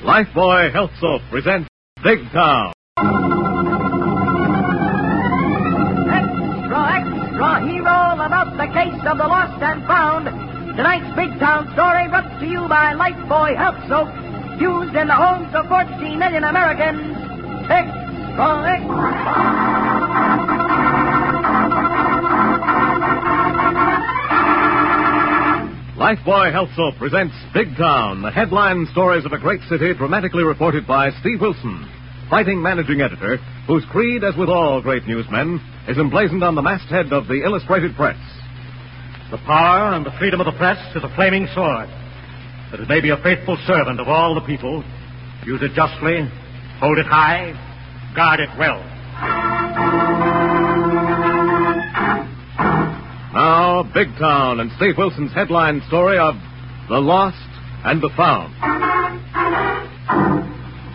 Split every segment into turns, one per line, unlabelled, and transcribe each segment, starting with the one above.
Lifebuoy Health Soap presents Big Town.
Extra, extra, hero about the case of the lost and found. Tonight's Big Town story brought to you by Lifebuoy Health Soap, used in the homes of 14 million Americans. Extra, extra.
Lifebuoy Health Soap presents Big Town, the headline stories of a great city dramatically reported by Steve Wilson, fighting managing editor, whose creed, as with all great newsmen, is emblazoned on the masthead of the Illustrated Press.
The power and the freedom of the press is a flaming sword, that it may be a faithful servant of all the people. Use it justly, hold it high, guard it well.
Now, Big Town and Steve Wilson's headline story of The Lost and the Found.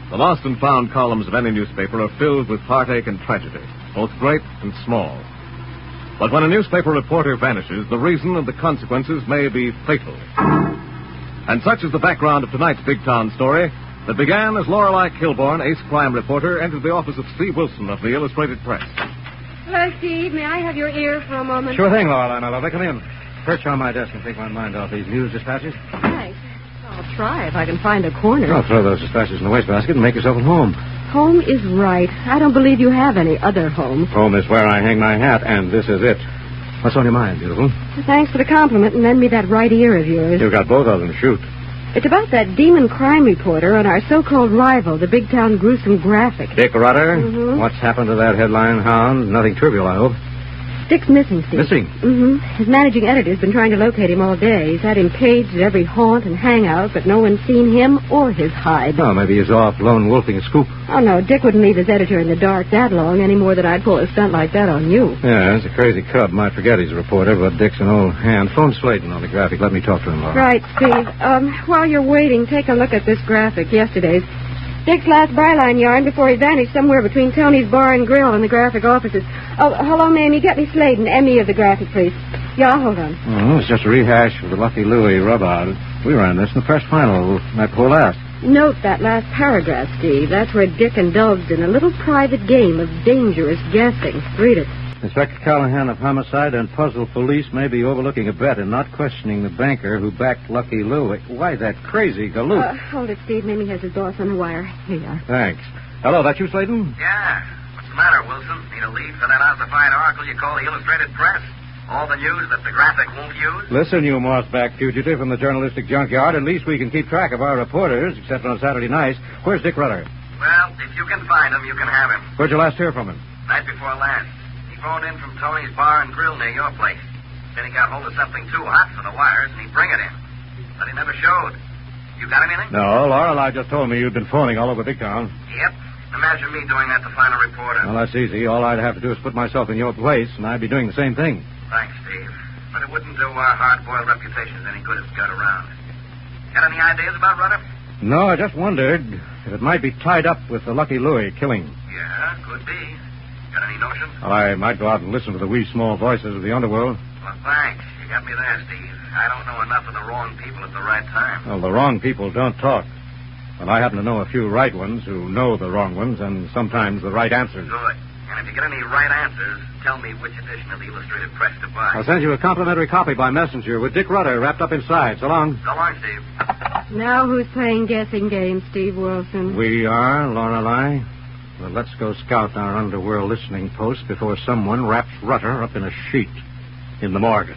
The Lost and Found columns of any newspaper are filled with heartache and tragedy, both great and small. But when a newspaper reporter vanishes, the reason and the consequences may be fatal. And such is the background of tonight's Big Town story that began as Lorelei Kilborn, ace crime reporter, entered the office of Steve Wilson of the Illustrated Press.
Hello, Steve. May I have your ear for a moment?
Sure thing, Lorelei, my lovely. Come in. Perch on my desk and take my mind off these news dispatches.
Thanks. I'll try if I can find a corner.
I'll throw those dispatches in the wastebasket and make yourself at home.
Home is right. I don't believe you have any other home.
Home is where I hang my hat, and this is it. What's on your mind, beautiful?
Thanks for the compliment and lend me that right ear of yours.
You've got both of them. Shoot.
It's about that demon crime reporter and our so-called rival, the big town gruesome graphic.
Dick Rutter?
Mhm.
What's happened to that headline hound? Nothing trivial, I hope.
Dick's missing, Steve.
Missing?
Mm-hmm. His managing editor's been trying to locate him all day. He's had him paged at every haunt and hangout, but no one's seen him or his hide.
Oh, maybe he's off lone wolfing a scoop.
Oh, no, Dick wouldn't leave his editor in the dark that long any more than I'd pull a stunt like that on you.
Yeah, it's a crazy cub. Might forget he's a reporter, but Dick's an old hand. Phone Sladen on the graphic. Let me talk to him, Laura.
Right, Steve. Um, while you're waiting, take a look at this graphic. Yesterday's. Dick's last byline yarn before he vanished somewhere between Tony's bar and grill and the graphic offices. Oh, hello, ma'am. You get me Sladen, ME of the graphic, please. Yeah, hold on.
Mhm, it's just a rehash of the Lucky Louie rubout. We ran this in the first final night before last.
Note that last paragraph, Steve. That's where Dick indulged in a little private game of dangerous guessing. Read it.
Inspector Callahan of Homicide and Puzzle Police may be overlooking a bet and not questioning the banker who backed Lucky Lou. Why, that crazy galoot.
Uh, hold it, Steve. Mamie has his boss on the wire. Here you are.
Thanks. Hello, that you, Sladen?
Yeah. What's the matter, Wilson? Need a lead for that ossified article you call the Illustrated Press? All the news that the graphic won't use?
Listen, you mossback fugitive from the journalistic junkyard. At least we can keep track of our reporters, except on Saturday nights. Where's Dick Rutter?
Well, if you can find him, you can have him.
Where'd you last hear from him?
Night before last, he phoned in from Tony's Bar and Grill near your place. Then he got hold of something too hot for the wires, and he bring it in. But he never showed. You got anything?
No, Lorelei just told me you'd been phoning all over Big Town.
Yep. Imagine me doing that to find a reporter.
Well, that's easy. All I'd have to do is put myself in your place, and I'd be doing the same thing.
Thanks, Steve. But it wouldn't do our hard-boiled reputations any good if it got around. Got any ideas about Rudder?
No, I just wondered if it might be tied up with the Lucky Louie killing.
Yeah, could be. Got any notions?
Well, I might go out and listen to the wee small voices of the underworld.
Well, thanks. You got me there, Steve. I don't know enough of the wrong people at the right time.
Well, the wrong people don't talk. Well, I happen to know a few right ones who know the wrong ones and sometimes the right answers.
Good. And if you get any right answers, tell me which edition of the Illustrated Press to
I'll
buy.
send you a complimentary copy by messenger with Dick Rutter wrapped up inside. So long.
So long, Steve.
Now who's playing guessing games, Steve Wilson?
We are, Lorelei. Well, let's go scout our underworld listening post before someone wraps Rutter up in a sheet in the morgue.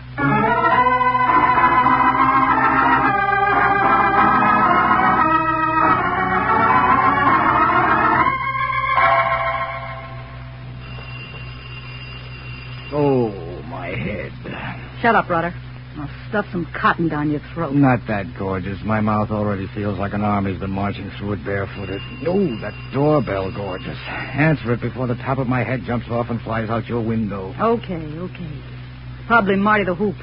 Oh, my head.
Shut up, Rutter. I'll stuff some cotton down your throat.
Not that gorgeous. My mouth already feels like an army's been marching through it barefooted. Oh, that doorbell, gorgeous. Answer it before the top of my head jumps off and flies out your window.
Okay, okay. Probably Marty the Hoop.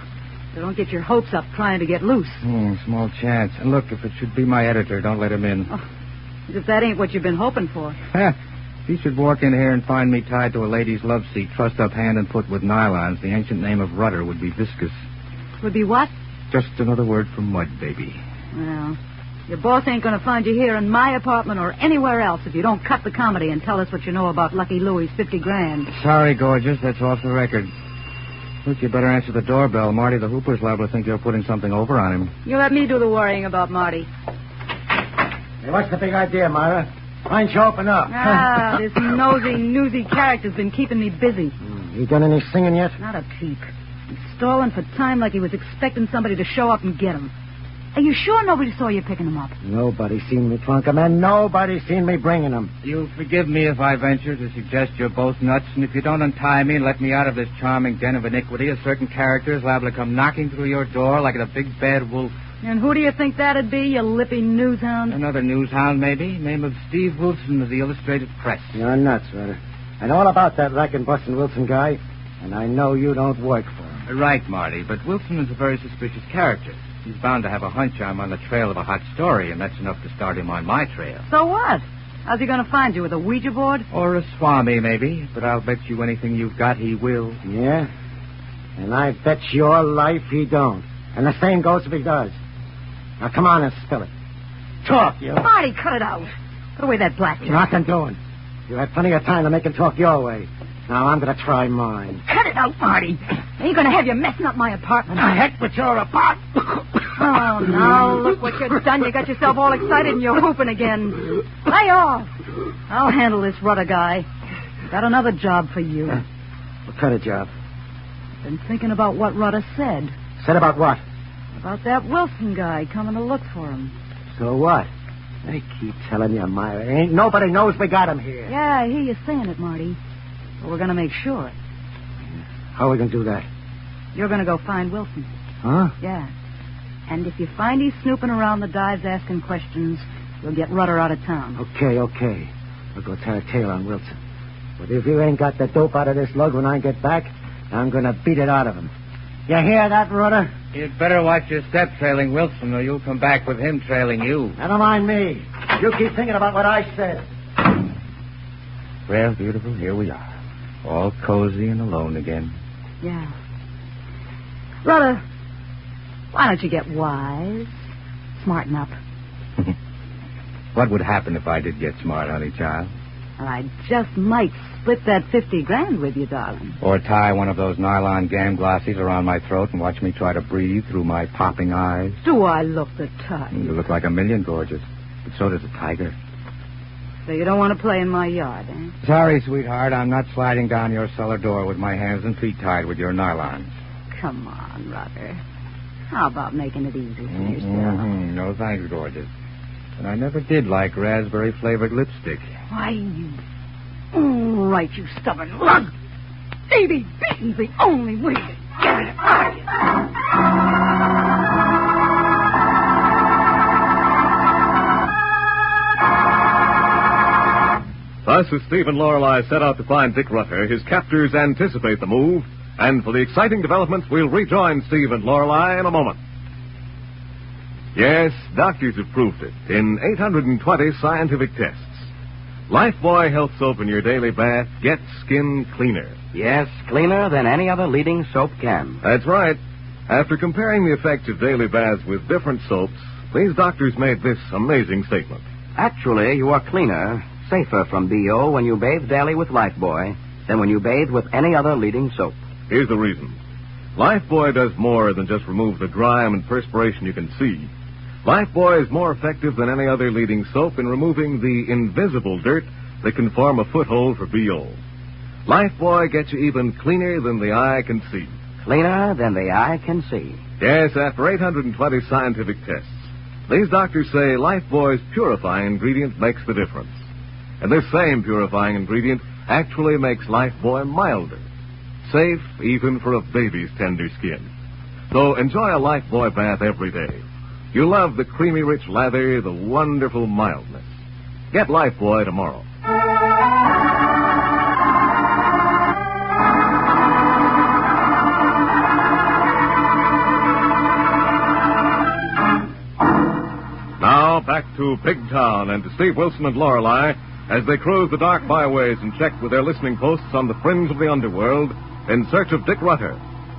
So don't get your hopes up trying to get loose.
Hmm, small chance. And look, if it should be my editor, don't let him in.
Oh, As if that ain't what you've been hoping for.
Heh. If he should walk in here and find me tied to a lady's love seat, trussed up hand and foot with nylons, the ancient name of rudder would be viscous.
Would be what?
Just another word for mud, baby.
Well,
Your boss ain't going to find you here in my apartment or anywhere else if you don't cut the comedy and tell us what you know about Lucky Louie's 50 grand.
Sorry, gorgeous. That's off the record. Look, you better answer the doorbell. Marty the Hooper's liable to think you're putting something over on him.
You let me do the worrying about Marty.
Hey, what's the big idea, Myra? Why don't you open up?
Ah, this nosy, newsy character's been keeping me busy.
You done any singing yet?
Not a peep. He's stalling for time like he was expecting somebody to show up and get him. Are you sure nobody saw you picking him up?
Nobody seen me trunk 'em, and nobody seen me bringing 'em.
You'll forgive me if I venture to suggest you're both nuts, and if you don't untie me and let me out of this charming den of iniquity, a certain character is liable to come knocking through your door like a big bad wolf.
And who do you think that'd be, you lippy news hound?
Another news hound, maybe. Name of Steve Wilson of the Illustrated Press.
You're nuts, Ritter. I know all about that racket busting Wilson guy, and I know you don't work for him.
Uh, Right, Marty, but Wilson is a very suspicious character. He's bound to have a hunch I'm on the trail of a hot story, and that's enough to start him on my trail.
So what? How's he going to find you, with a Ouija board?
Or a swami, maybe, but I'll bet you anything you've got he will.
Yeah? And I bet your life he don't. And the same goes if he does. Now come on and spill it. Talk, you.
Marty, cut it out. Put away that black.
You're not doing. You had plenty of time to make him talk your way. Now I'm going to try mine.
Cut it out, Marty. I ain't going to have you messing up my apartment.
The heck with your apartment.
Oh, now look what you've done. You got yourself all excited and you're hooping again. Lay off. I'll handle this rudder guy. Got another job for you.
What kind of job?
Been thinking about what Rudder said.
Said about what?
About that Wilson guy coming to look for him.
So what? I keep telling you, Myra. Ain't nobody knows we got him here.
Yeah, I hear you saying it, Marty. But we're going to make sure.
How are we going to do that?
You're going to go find Wilson.
Huh?
Yeah. And if you find he's snooping around the dives asking questions, you'll get Rudder out of town.
Okay, okay. I'll go tell a tale on Wilson. But if you ain't got the dope out of this lug when I get back, I'm going to beat it out of him. You hear that, Rudder?
You'd better watch your step trailing Wilson, or you'll come back with him trailing you.
Never mind me. You keep thinking about what I said.
Well, beautiful, here we are. All cozy and alone again.
Yeah. Rudder, why don't you get wise? Smarten up.
What would happen if I did get smart, honey child?
And I just might split that 50 grand with you, darling.
Or tie one of those nylon gam glossies around my throat and watch me try to breathe through my popping eyes?
Do I look the type?
You look like a million gorgeous, but so does a tiger.
So you don't want to play in my yard, eh?
Sorry, sweetheart, I'm not sliding down your cellar door with my hands and feet tied with your nylons.
Come on, Rudder. How about making it easy for
Mm-hmm.
yourself?
Mhm. No thanks, gorgeous. And I never did like raspberry flavored lipstick.
Why, you... All right, you stubborn lug. Baby beating's the only way to get it out of you.
Thus, as Steve and Lorelei set out to find Dick Rutter, his captors anticipate the move, and for the exciting developments, we'll rejoin Steve and Lorelei in a moment. Yes, doctors have proved it in 820 scientific tests. Lifebuoy Health Soap in your daily bath gets skin cleaner.
Yes, cleaner than any other leading soap can.
That's right. After comparing the effects of daily baths with different soaps, these doctors made this amazing statement.
Actually, you are cleaner, safer from BO when you bathe daily with Lifebuoy than when you bathe with any other leading soap.
Here's the reason. Lifebuoy does more than just remove the grime and perspiration you can see. Lifebuoy is more effective than any other leading soap in removing the invisible dirt that can form a foothold for BO. Lifebuoy gets you even cleaner than the eye can see.
Cleaner than the eye can see.
Yes, after 820 scientific tests, these doctors say Lifebuoy's purifying ingredient makes the difference. And this same purifying ingredient actually makes Lifebuoy milder, safe even for a baby's tender skin. So enjoy a Lifebuoy bath every day. You love the creamy rich lather, the wonderful mildness. Get Lifebuoy tomorrow. Now back to Big Town and to Steve Wilson and Lorelei as they cruise the dark byways and check with their listening posts on the fringe of the underworld in search of Dick Rutter,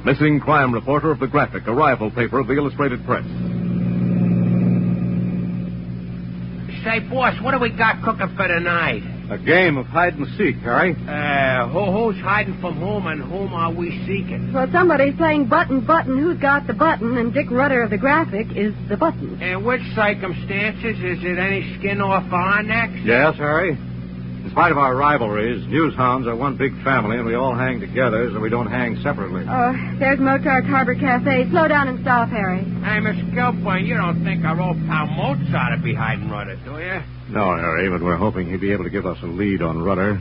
missing crime reporter of the Graphic, a rival paper of the Illustrated Press.
Say, boss, what do we got cooking for tonight?
A game of hide and seek, Harry.
Uh, who, who's hiding from whom and whom are we seeking?
Well, somebody's playing button, button. Who's got the button? And Dick Rudder of the graphic is the button.
In which circumstances is it any skin off our necks?
Yes, Harry. In spite of our rivalries, news hounds are one big family, and we all hang together, so we don't hang separately.
Oh, there's Mozart's Harbor Cafe. Slow down and stop, Harry.
Hey, Miss Gilpin, you don't think our old pal Moats ought to be hiding Rudder, do you?
No, Harry, but we're hoping he'd be able to give us a lead on Rudder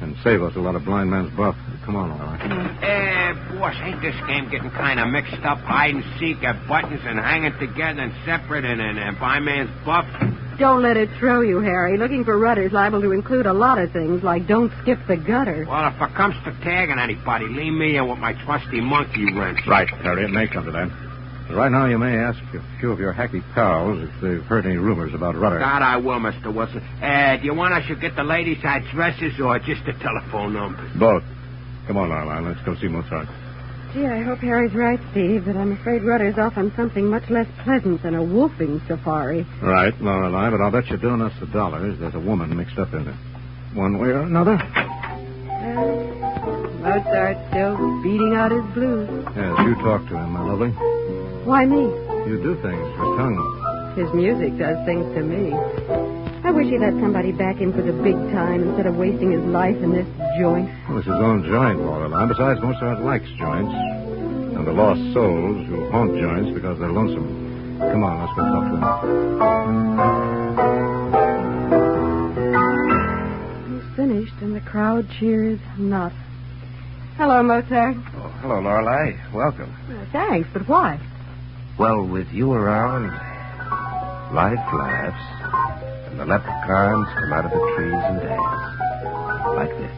and save us a lot of blind man's bluff. Come on, all right.
Eh, boss, ain't this game getting kind of mixed up? Hide and seek at buttons and hanging together and separate and, and, and by man's buff?
Don't let it throw you, Harry. Looking for Rudder's liable to include a lot of things, like don't skip the gutter.
Well, if it comes to tagging anybody, leave me in with my trusty monkey wrench.
Right, Harry, it may come to that. But right now, you may ask a few of your hacky pals if they've heard any rumors about Rudder.
God, I will, Mr. Wilson. Uh, do you want us to get the ladies' addresses or just the telephone numbers?
Both. Come on, Arline. Let's go see Mozart.
Gee, I hope Harry's right, Steve, but I'm afraid Rudder's off on something much less pleasant than a wolfing safari.
Right, Lorelei, but I'll bet you're doing us the dollars. There's a woman mixed up in it. One way or another.
Mozart's Uh, still beating out his blues.
Yes, you talk to him, my lovely.
Why me?
You do things for tongue.
His music does things to me. I wish he'd let somebody back in for the big time instead of wasting his life in this joint.
Well, it's his own joint, Lorelei. Besides, Mozart likes joints. And the lost souls who haunt joints because they're lonesome. Come on, let's go talk to him.
He's finished, and the crowd cheers not. Hello, Mozart.
Oh, hello, Lorelei. Welcome.
Thanks, but why?
Well, with you around, life laughs, and the leprechauns come out of the trees and dance. Like this.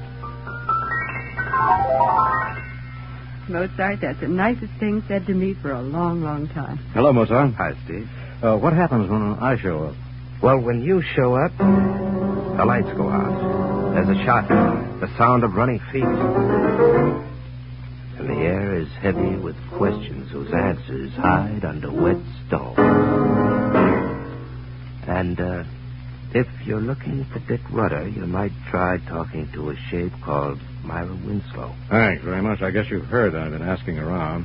Mozart, that's the nicest thing said to me for a long, long time.
Hello, Mozart.
Hi, Steve.
Uh, what happens when I show up?
Well, when you show up, the lights go out. There's a shot, the sound of running feet. And the air is heavy with questions whose answers hide under wet stone. And, uh, if you're looking for Dick Rudder, you might try talking to a shape called Myra Winslow.
Thanks very much. I guess you've heard I've been asking around.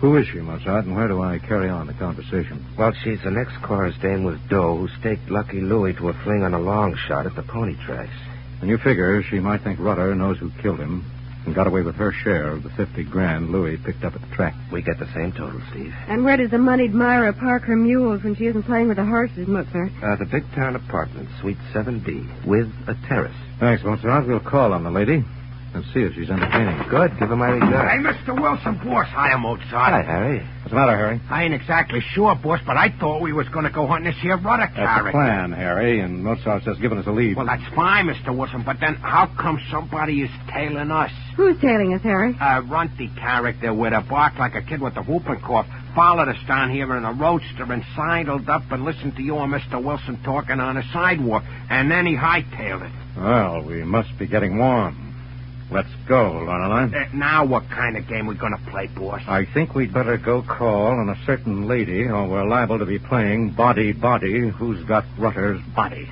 Who is she, Mozart, and where do I carry on the conversation?
Well, she's the next chorus dame with Doe, who staked Lucky Louie to a fling on a long shot at the pony tracks.
And you figure she might think Rudder knows who killed him and got away with her share of the 50 grand Louis picked up at the track.
We get the same total, Steve.
And where does the moneyed Myra park her mules when she isn't playing with the horses, Mozart?
Uh, the big town apartment, Suite 7B, with a terrace.
Thanks, Mozart. We'll call on the lady and see if she's entertaining.
Good. Give her my regards.
Hey, Mr. Wilson, boss. Hi, I'm Mozart.
Hi, Harry.
What's the matter, Harry?
I ain't exactly sure, boss, but I thought we was going to go hunting this here rudder
That's the
character.
plan, Harry, and Mozart's just given us a lead.
Well, that's fine, Mr. Wilson, but then how come somebody is tailing us?
Who's tailing us, Harry?
A runty character with a bark like a kid with a whooping cough followed us down here in a roadster and sidled up and listened to you and Mr. Wilson talking on a sidewalk, and then he hightailed it.
Well, we must be getting warm. Let's go, Lorelei.
Uh, now what kind of game we going to play, boss?
I think we'd better go call on a certain lady, or we're liable to be playing body body. Who's got Rutter's body?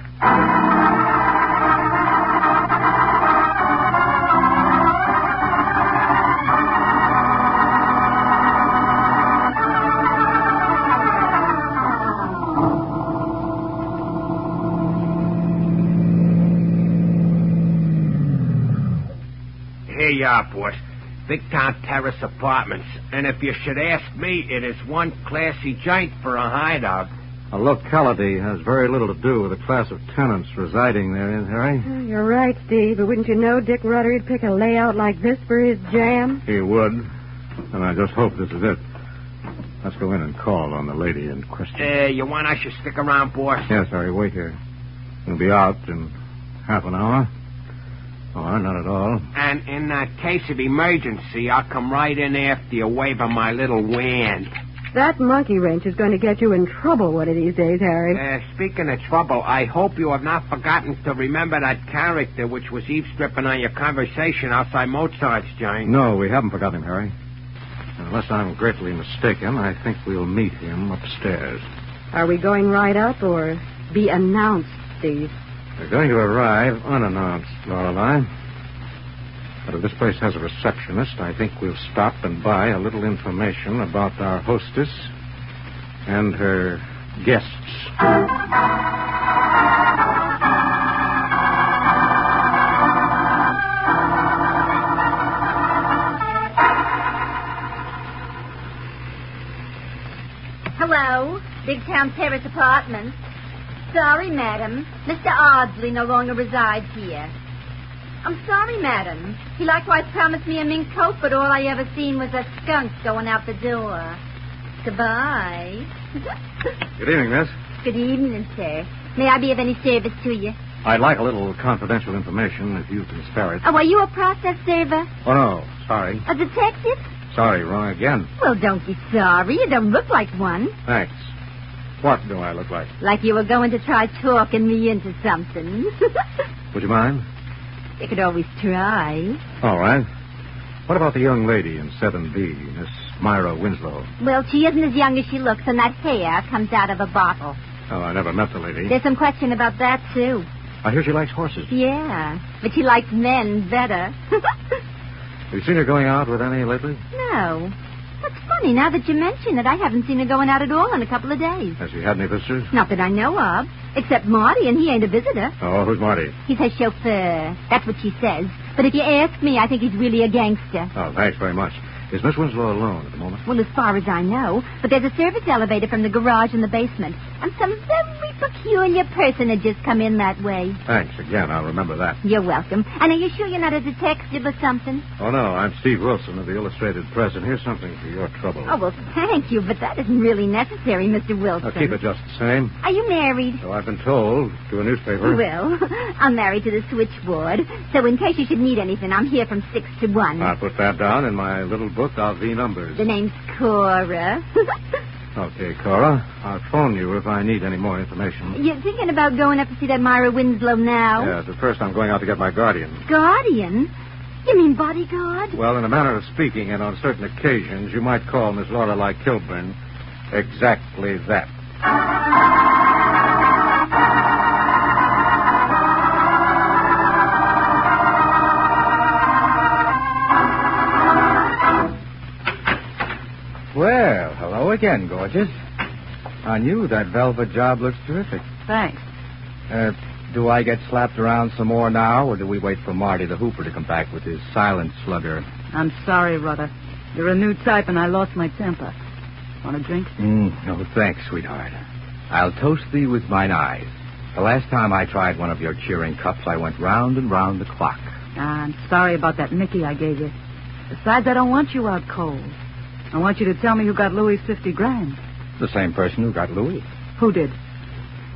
Here you are, boss. Big Town Terrace Apartments. And if you should ask me, it is one classy joint for a hideout.
A locality has very little to do with the class of tenants residing therein, Harry.
Oh, you're right, Steve, but wouldn't you know Dick Rudder'd pick a layout like this for his jam?
He would, and I just hope this is it. Let's go in and call on the lady in question.
Uh, you want I should stick around, boss?
Yes, Harry, wait here. We'll be out in half an hour. Or not at all.
And in uh, case of emergency, I'll come right in after you, waving my little wand.
That monkey wrench is going to get you in trouble one of these days, Harry.
Uh, speaking of trouble, I hope you have not forgotten to remember that character which was eavesdropping on your conversation outside Mozart's joint.
No, we haven't forgotten him, Harry. Unless I'm greatly mistaken, I think we'll meet him upstairs.
Are we going right up or
be announced, Steve.
They're going to arrive unannounced, Lorelei. But if this place has a receptionist, I think we'll stop and buy a little information about our hostess and her guests.
Hello, Big Town Terrace Apartments. Sorry, madam. Mr. Ardsley no longer resides here. I'm sorry, madam. He likewise promised me a mink coat, but all I ever seen was a skunk going out the door. Goodbye.
Good evening, miss.
Good evening, sir. May I be of any service to you?
I'd like a little confidential information if you can spare it.
Oh, are you a process server?
Oh, no. Sorry.
A detective?
Sorry, wrong again.
Well, don't be sorry. You don't look like one.
Thanks. What do I look like?
Like you were going to try talking me into something.
Would you mind?
you could always try.
All right. What about the young lady in 7B, Miss Myra Winslow?
Well, she isn't as young as she looks, and that hair comes out of a bottle.
Oh, I never met the lady.
There's some question about that, too.
I hear she likes horses.
Yeah, but she likes men better.
Have you seen her going out with any lately?
no. That's funny. Now that you mention it, I haven't seen her going out at all in a couple of days.
Has she had any visitors?
Not that I know of, except Marty, and he ain't a visitor.
Oh, who's Marty?
He's her chauffeur. That's what she says. But if you ask me, I think he's really a gangster.
Oh, thanks very much. Is Miss Winslow alone at the moment?
Well, as far as I know, but there's a service elevator from the garage in the basement, and some very peculiar personages come in that way.
Thanks again. I'll remember that.
You're welcome. And are you sure you're not a detective or something?
Oh, no. I'm Steve Wilson of the Illustrated Press, and here's something for your trouble.
Oh, well, thank you, but that isn't really necessary, Mr. Wilson.
I'll keep it just the same.
Are you married?
So I've been told to a newspaper.
Well, I'm married to the switchboard, so in case you should need anything, I'm here from six to one.
I'll put that down in my little book of the numbers.
The name's Cora.
Okay, Cora. I'll phone you if I need any more information.
You're thinking about going up to see that Myra Winslow now?
Yes, but first I'm going out to get my guardian.
Guardian? You mean bodyguard?
Well, in a manner of speaking, and on certain occasions, you might call Miss Lorelei Kilburn exactly that.
Well, hello again, gorgeous. On you, that velvet job looks terrific.
Thanks.
Uh, do I get slapped around some more now, or do we wait for Marty the Hooper to come back with his silent slugger?
I'm sorry, Rutter. You're a new type, and I lost my temper. Want a drink?
Mm, no, thanks, sweetheart. I'll toast thee with mine eyes. The last time I tried one of your cheering cups, I went round and round the clock.
I'm sorry about that Mickey I gave you. Besides, I don't want you out cold. I want you to tell me who got Louis' 50 grand.
The same person who got Louis.
Who did?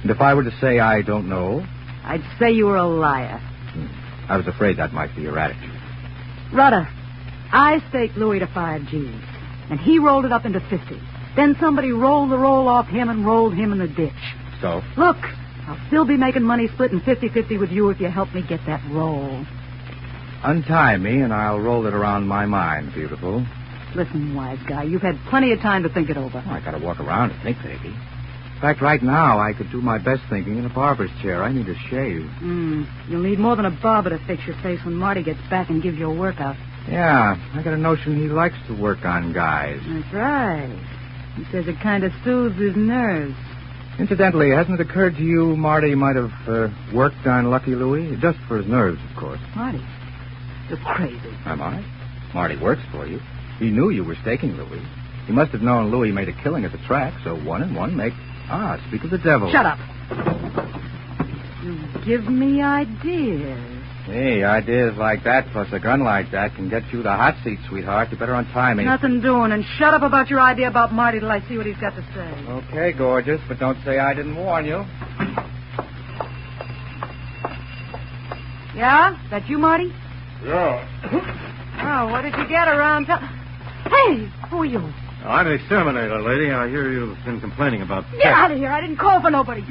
And if I were to say I don't know, hmm,
I'd say you were a liar.
I was afraid that might be your attitude.
Rutter, I staked Louis to five G's, and he rolled it up into 50. Then somebody rolled the roll off him and rolled him in the ditch.
So?
Look, I'll still be making money splitting 50 50 with you if you help me get that roll.
Untie me, and I'll roll it around my mind, beautiful.
Listen, wise guy, you've had plenty of time to think it over.
I gotta walk around and think, baby. In fact, right now, I could do my best thinking in a barber's chair. I need a shave.
Mm, you'll need more than a barber to fix your face when Marty gets back and gives you a workout.
Yeah, I got a notion he likes to work on guys.
That's right. He says it kind of soothes his nerves.
Incidentally, hasn't it occurred to you Marty might have uh, worked on Lucky Louie? Just for his nerves, of course.
Marty, you're crazy.
Am I? Marty works for you. He knew you were staking Louis. He must have known Louis made a killing at the track, so one and one make. Ah, speak of the devil.
Shut up. You give me ideas.
Hey, ideas like that plus a gun like that can get you the hot seat, sweetheart. You better untie me.
Nothing doing, and shut up about your idea about Marty till I see what he's got to say.
Okay, gorgeous, but don't say I didn't warn you.
Yeah? That you, Marty?
Yeah.
Oh, what did you get around town? Hey, who are you?
I'm the exterminator, lady. I hear you've been complaining about
Get out of here. I didn't call for nobody.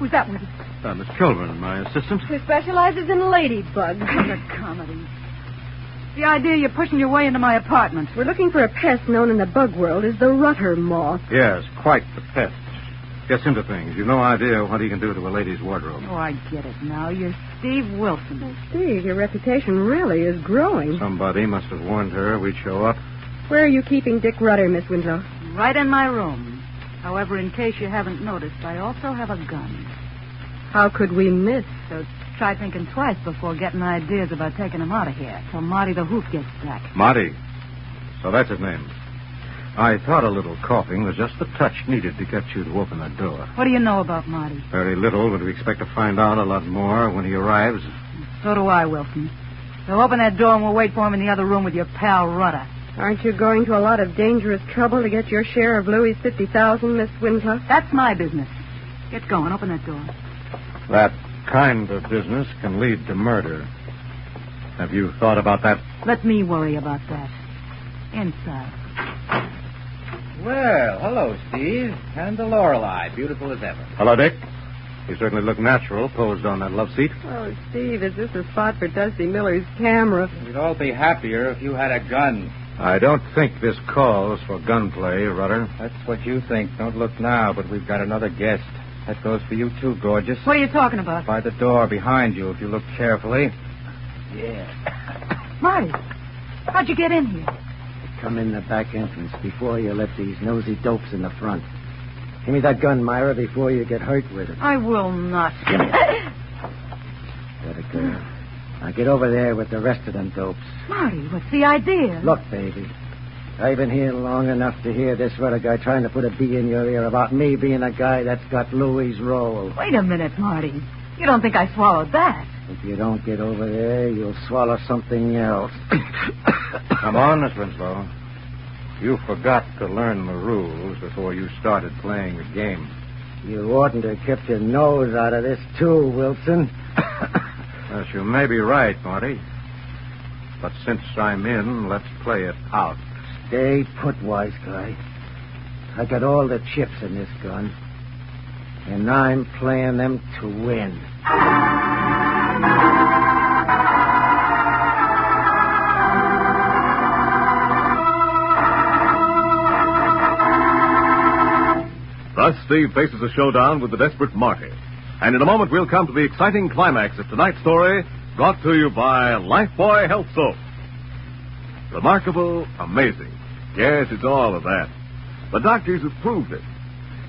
Who's that with?
Uh, Miss Kilburn, my assistant.
Who specializes in ladybugs. What a comedy. The idea you're pushing your way into my apartment.
We're looking for a pest known in the bug world as the rutter moth.
Yes, quite the pest. Gets into things. You've no idea what he can do to a lady's wardrobe.
Oh, I get it now. You're Steve Wilson.
Steve, your reputation really is growing.
Somebody must have warned her we'd show up.
Where are you keeping Dick Rudder, Miss Winslow?
Right in my room. However, in case you haven't noticed, I also have a gun.
How could we miss?
So try thinking twice before getting ideas about taking him out of here till Marty the Hoof gets back.
Marty. So that's his name. I thought a little coughing was just the touch needed to get you to open the door.
What do you know about Marty?
Very little, but we expect to find out a lot more when he arrives.
So do I, Wilson. So open that door and we'll wait for him in the other room with your pal Rudder.
Aren't you going to a lot of dangerous trouble to get your share of Louis' 50000 Miss Winslow?
That's my business. Get going. Open that door.
That kind of business can lead to murder. Have you thought about that?
Let me worry about that. Inside.
Well, hello, Steve. And the Lorelei, beautiful as ever.
Hello, Dick. You certainly look natural posed on that love seat.
Oh, Steve, is this a spot for Dusty Miller's camera?
We'd all be happier if you had a gun.
I don't think this calls for gunplay, Rudder.
That's what you think. Don't look now, but we've got another guest. That goes for you too, gorgeous.
What are you talking about?
By the door behind you, if you look carefully.
Yeah. Marty, how'd you get in here?
Come in the back entrance before you let these nosy dopes in the front. Give me that gun, Myra, before you get hurt with it.
I will not.
Give me it. Good girl. Now get over there with the rest of them dopes.
Marty, what's the idea?
Look, baby. I've been here long enough to hear this rudder guy trying to put a bee in your ear about me being a guy that's got Louis' role.
Wait a minute, Marty. You don't think I swallowed that?
If you don't get over there, you'll swallow something else.
Come on, Miss Winslow. You forgot to learn the rules before you started playing the game.
You oughtn't to have kept your nose out of this, too, Wilson.
Yes, you may be right, Marty. But since I'm in, let's play it out.
Stay put, wise guy. I got all the chips in this gun. And I'm playing them to win.
Thus, Steve faces a showdown with the desperate Marty. And in a moment, we'll come to the exciting climax of tonight's story, brought to you by Lifebuoy Health Soap. Remarkable, amazing. Yes, it's all of that. The doctors have proved it.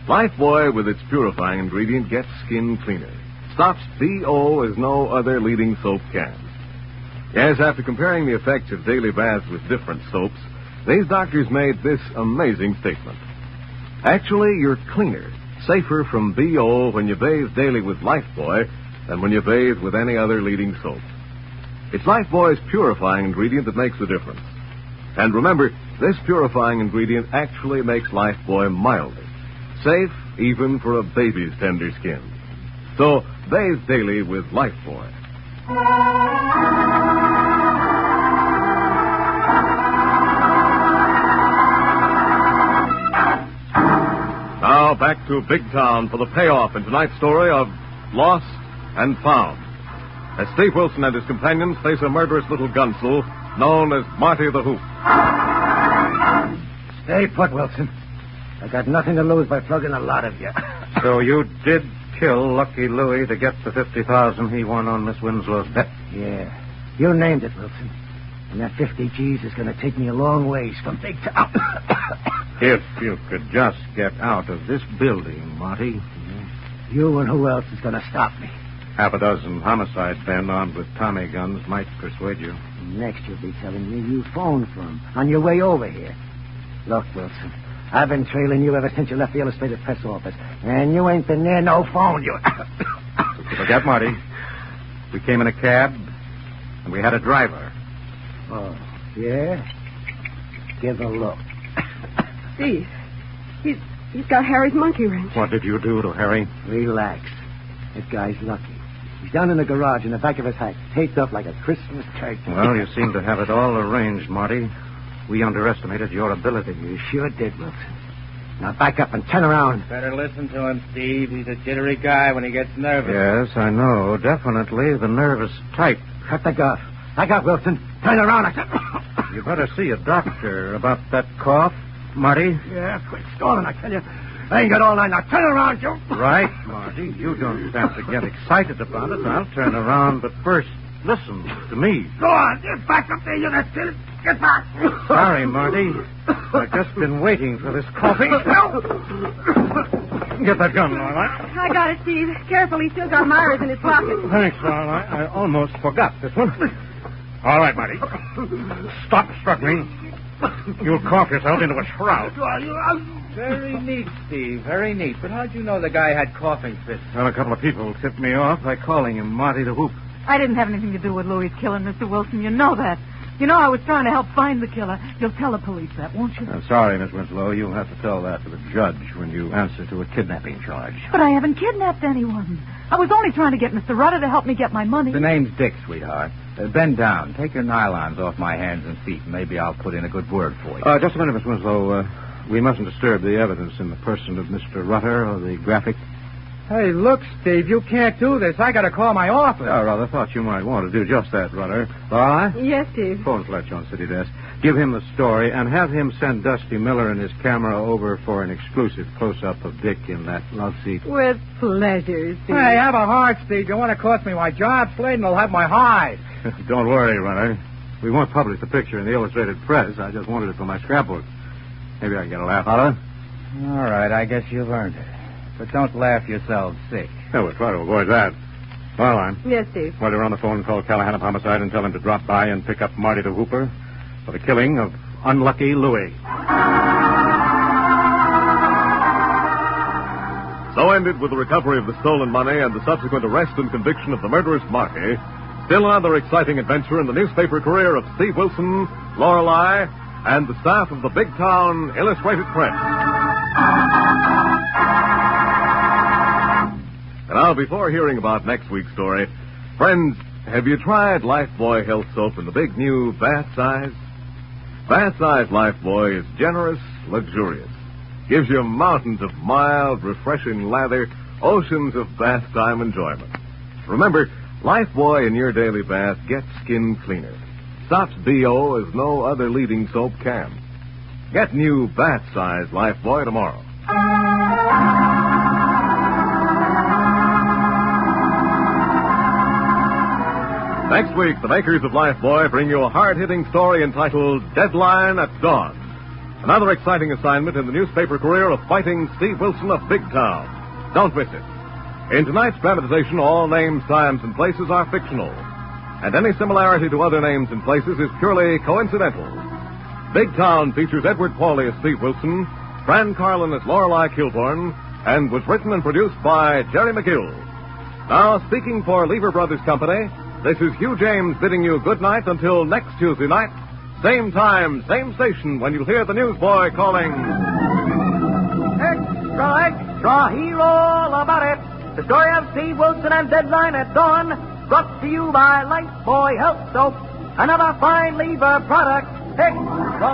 Lifebuoy, with its purifying ingredient, gets skin cleaner. Stops BO as no other leading soap can. Yes, after comparing the effects of daily baths with different soaps, these doctors made this amazing statement. Actually, you're cleaner, safer from BO when you bathe daily with Lifebuoy than when you bathe with any other leading soap. It's Lifebuoy's purifying ingredient that makes the difference. And remember, this purifying ingredient actually makes Lifebuoy milder, safe even for a baby's tender skin. So bathe daily with Lifebuoy. Now back to Big Town for the payoff in tonight's story of Lost and Found. As Steve Wilson and his companions face a murderous little gunsel known as Marty the Hoop.
Stay put, Wilson. I got nothing to lose by plugging a lot of you.
So you did kill Lucky Louie to get the 50000 he won on Miss Winslow's bet.
Yeah. You named it, Wilson. And that 50 G's is going to take me a long ways from big town.
If you could just get out of this building, Marty.
you and who else is going to stop me?
Half a dozen homicide men armed with Tommy guns might persuade you.
Next, you'll be telling me you phoned from on your way over here. Look, Wilson, I've been trailing you ever since you left the Illustrated Press office, and you ain't been near no phone. You.
Forget, Marty. We came in a cab, and we had a driver.
oh, yeah. Give a look.
Steve, he's, he's got Harry's monkey wrench.
What did you do to Harry?
Relax. That guy's lucky. He's down in the garage in the back of his hat, taped up like a Christmas turkey.
Well, you seem to have it all arranged, Marty. We underestimated your ability.
You sure did, Wilson. Now back up and turn around.
Better listen to him, Steve. He's a jittery guy when he gets nervous.
Yes, I know. Definitely the nervous type.
Cut the guff. I got Wilson. Turn around. I said...
You better see a doctor about that cough, Marty.
Yeah, quit stalling, I tell you.
I ain't got all night. Now turn around, you.
Right, Marty. You don't have to get excited about it. I'll turn around, but first, listen to me.
Go on. Get back up there. You're not silly. Get back.
Sorry, Marty. I've just been waiting for this coffee. Get that gun, Lorelei.
I got it, Steve. Careful, he's still got Myra's in his pocket.
Thanks, Lorelei. I almost forgot this one. All right, Marty. Stop struggling. You'll cough yourself into a shroud.
Very neat, Steve. Very neat. But how'd you know the guy had coughing fits?
Well, a couple of people tipped me off by calling him Marty the Whoop.
I didn't have anything to do with Louis' killing, Mr. Wilson. You know that. You know I was trying to help find the killer. You'll tell the police that, won't you?
I'm sorry, Miss Winslow. You'll have to tell that to the judge when you answer to a kidnapping charge.
But I haven't kidnapped anyone. I was only trying to get Mr. Rutter to help me get my money.
The name's Dick, sweetheart. Uh, bend down. Take your nylons off my hands and feet. and Maybe I'll put in a good word for you.
Uh, just a minute, Miss Winslow. Uh, we mustn't disturb the evidence in the person of Mr. Rutter or the graphic.
Hey, look, Steve, you can't do this. I gotta call my office.
I Oh, rather thought you might want to do just that, Rutter. Laura?
Yes, Steve.
Phone Fletch on City Desk. Give him the story and have him send Dusty Miller and his camera over for an exclusive close-up of Dick in that love seat.
With pleasure, Steve.
Hey, have a heart, Steve. You want to cost me my job, Sladen will have my hide.
Don't worry, Rutter. We won't publish the picture in the illustrated press. I just wanted it for my scrapbook. Maybe I can get a laugh out of it.
All right, I guess you've earned it. But don't laugh yourselves sick.
Yeah, we'll try to avoid that. Well, I'm.
Yes, Steve.
While you're on the phone, call Callahan of Homicide and tell him to drop by and pick up Marty the Hooper for the killing of unlucky Louis. So ended with the recovery of the stolen money and the subsequent arrest and conviction of the murderous Marty. Still another exciting adventure in the newspaper career of Steve Wilson, Lorelei, and the staff of the Big Town Illustrated Press. And now, before hearing about next week's story, friends, have you tried Lifebuoy Health Soap in the big new bath size? Bath size Lifebuoy is generous, luxurious. Gives you mountains of mild, refreshing lather, oceans of bath time enjoyment. Remember, Lifebuoy in your daily bath gets skin cleaner. Stops BO as no other leading soap can. Get new bath size Lifebuoy tomorrow. Next week, the makers of Lifebuoy bring you a hard hitting story entitled Deadline at Dawn. Another exciting assignment in the newspaper career of fighting Steve Wilson of Big Town. Don't miss it. In tonight's dramatization, all names, times, and places are fictional, and any similarity to other names and places is purely coincidental. Big Town features Edward Pauley as Steve Wilson, Fran Carlin as Lorelei Kilbourne, and was written and produced by Jerry McGill. Now, speaking for Lever Brothers Company, this is Hugh James bidding you good night until next Tuesday night, same time, same station, when you hear the newsboy calling.
Extra, extra, hear all about it. The story of Steve Wilson and Deadline at Dawn, brought to you by Lifebuoy Health Soap, another fine lever product. Extra,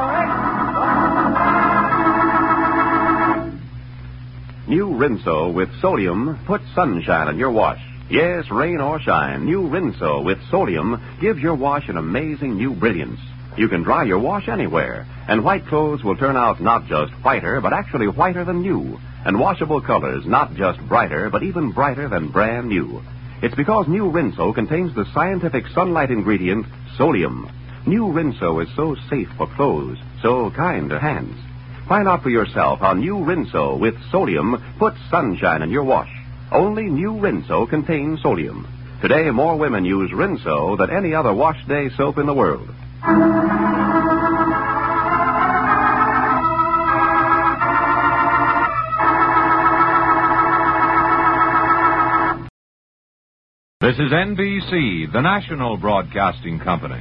extra.
New Rinso with sodium puts sunshine on your wash. Yes, rain or shine, new Rinso with sodium gives your wash an amazing new brilliance. You can dry your wash anywhere, and white clothes will turn out not just whiter, but actually whiter than new, and washable colors not just brighter, but even brighter than brand new. It's because new Rinso contains the scientific sunlight ingredient, sodium. New Rinso is so safe for clothes, so kind to hands. Find out for yourself how new Rinso with sodium puts sunshine in your wash. Only new Rinso contains sodium. Today, more women use Rinso than any other wash day soap in the world.
This is NBC, the national broadcasting company.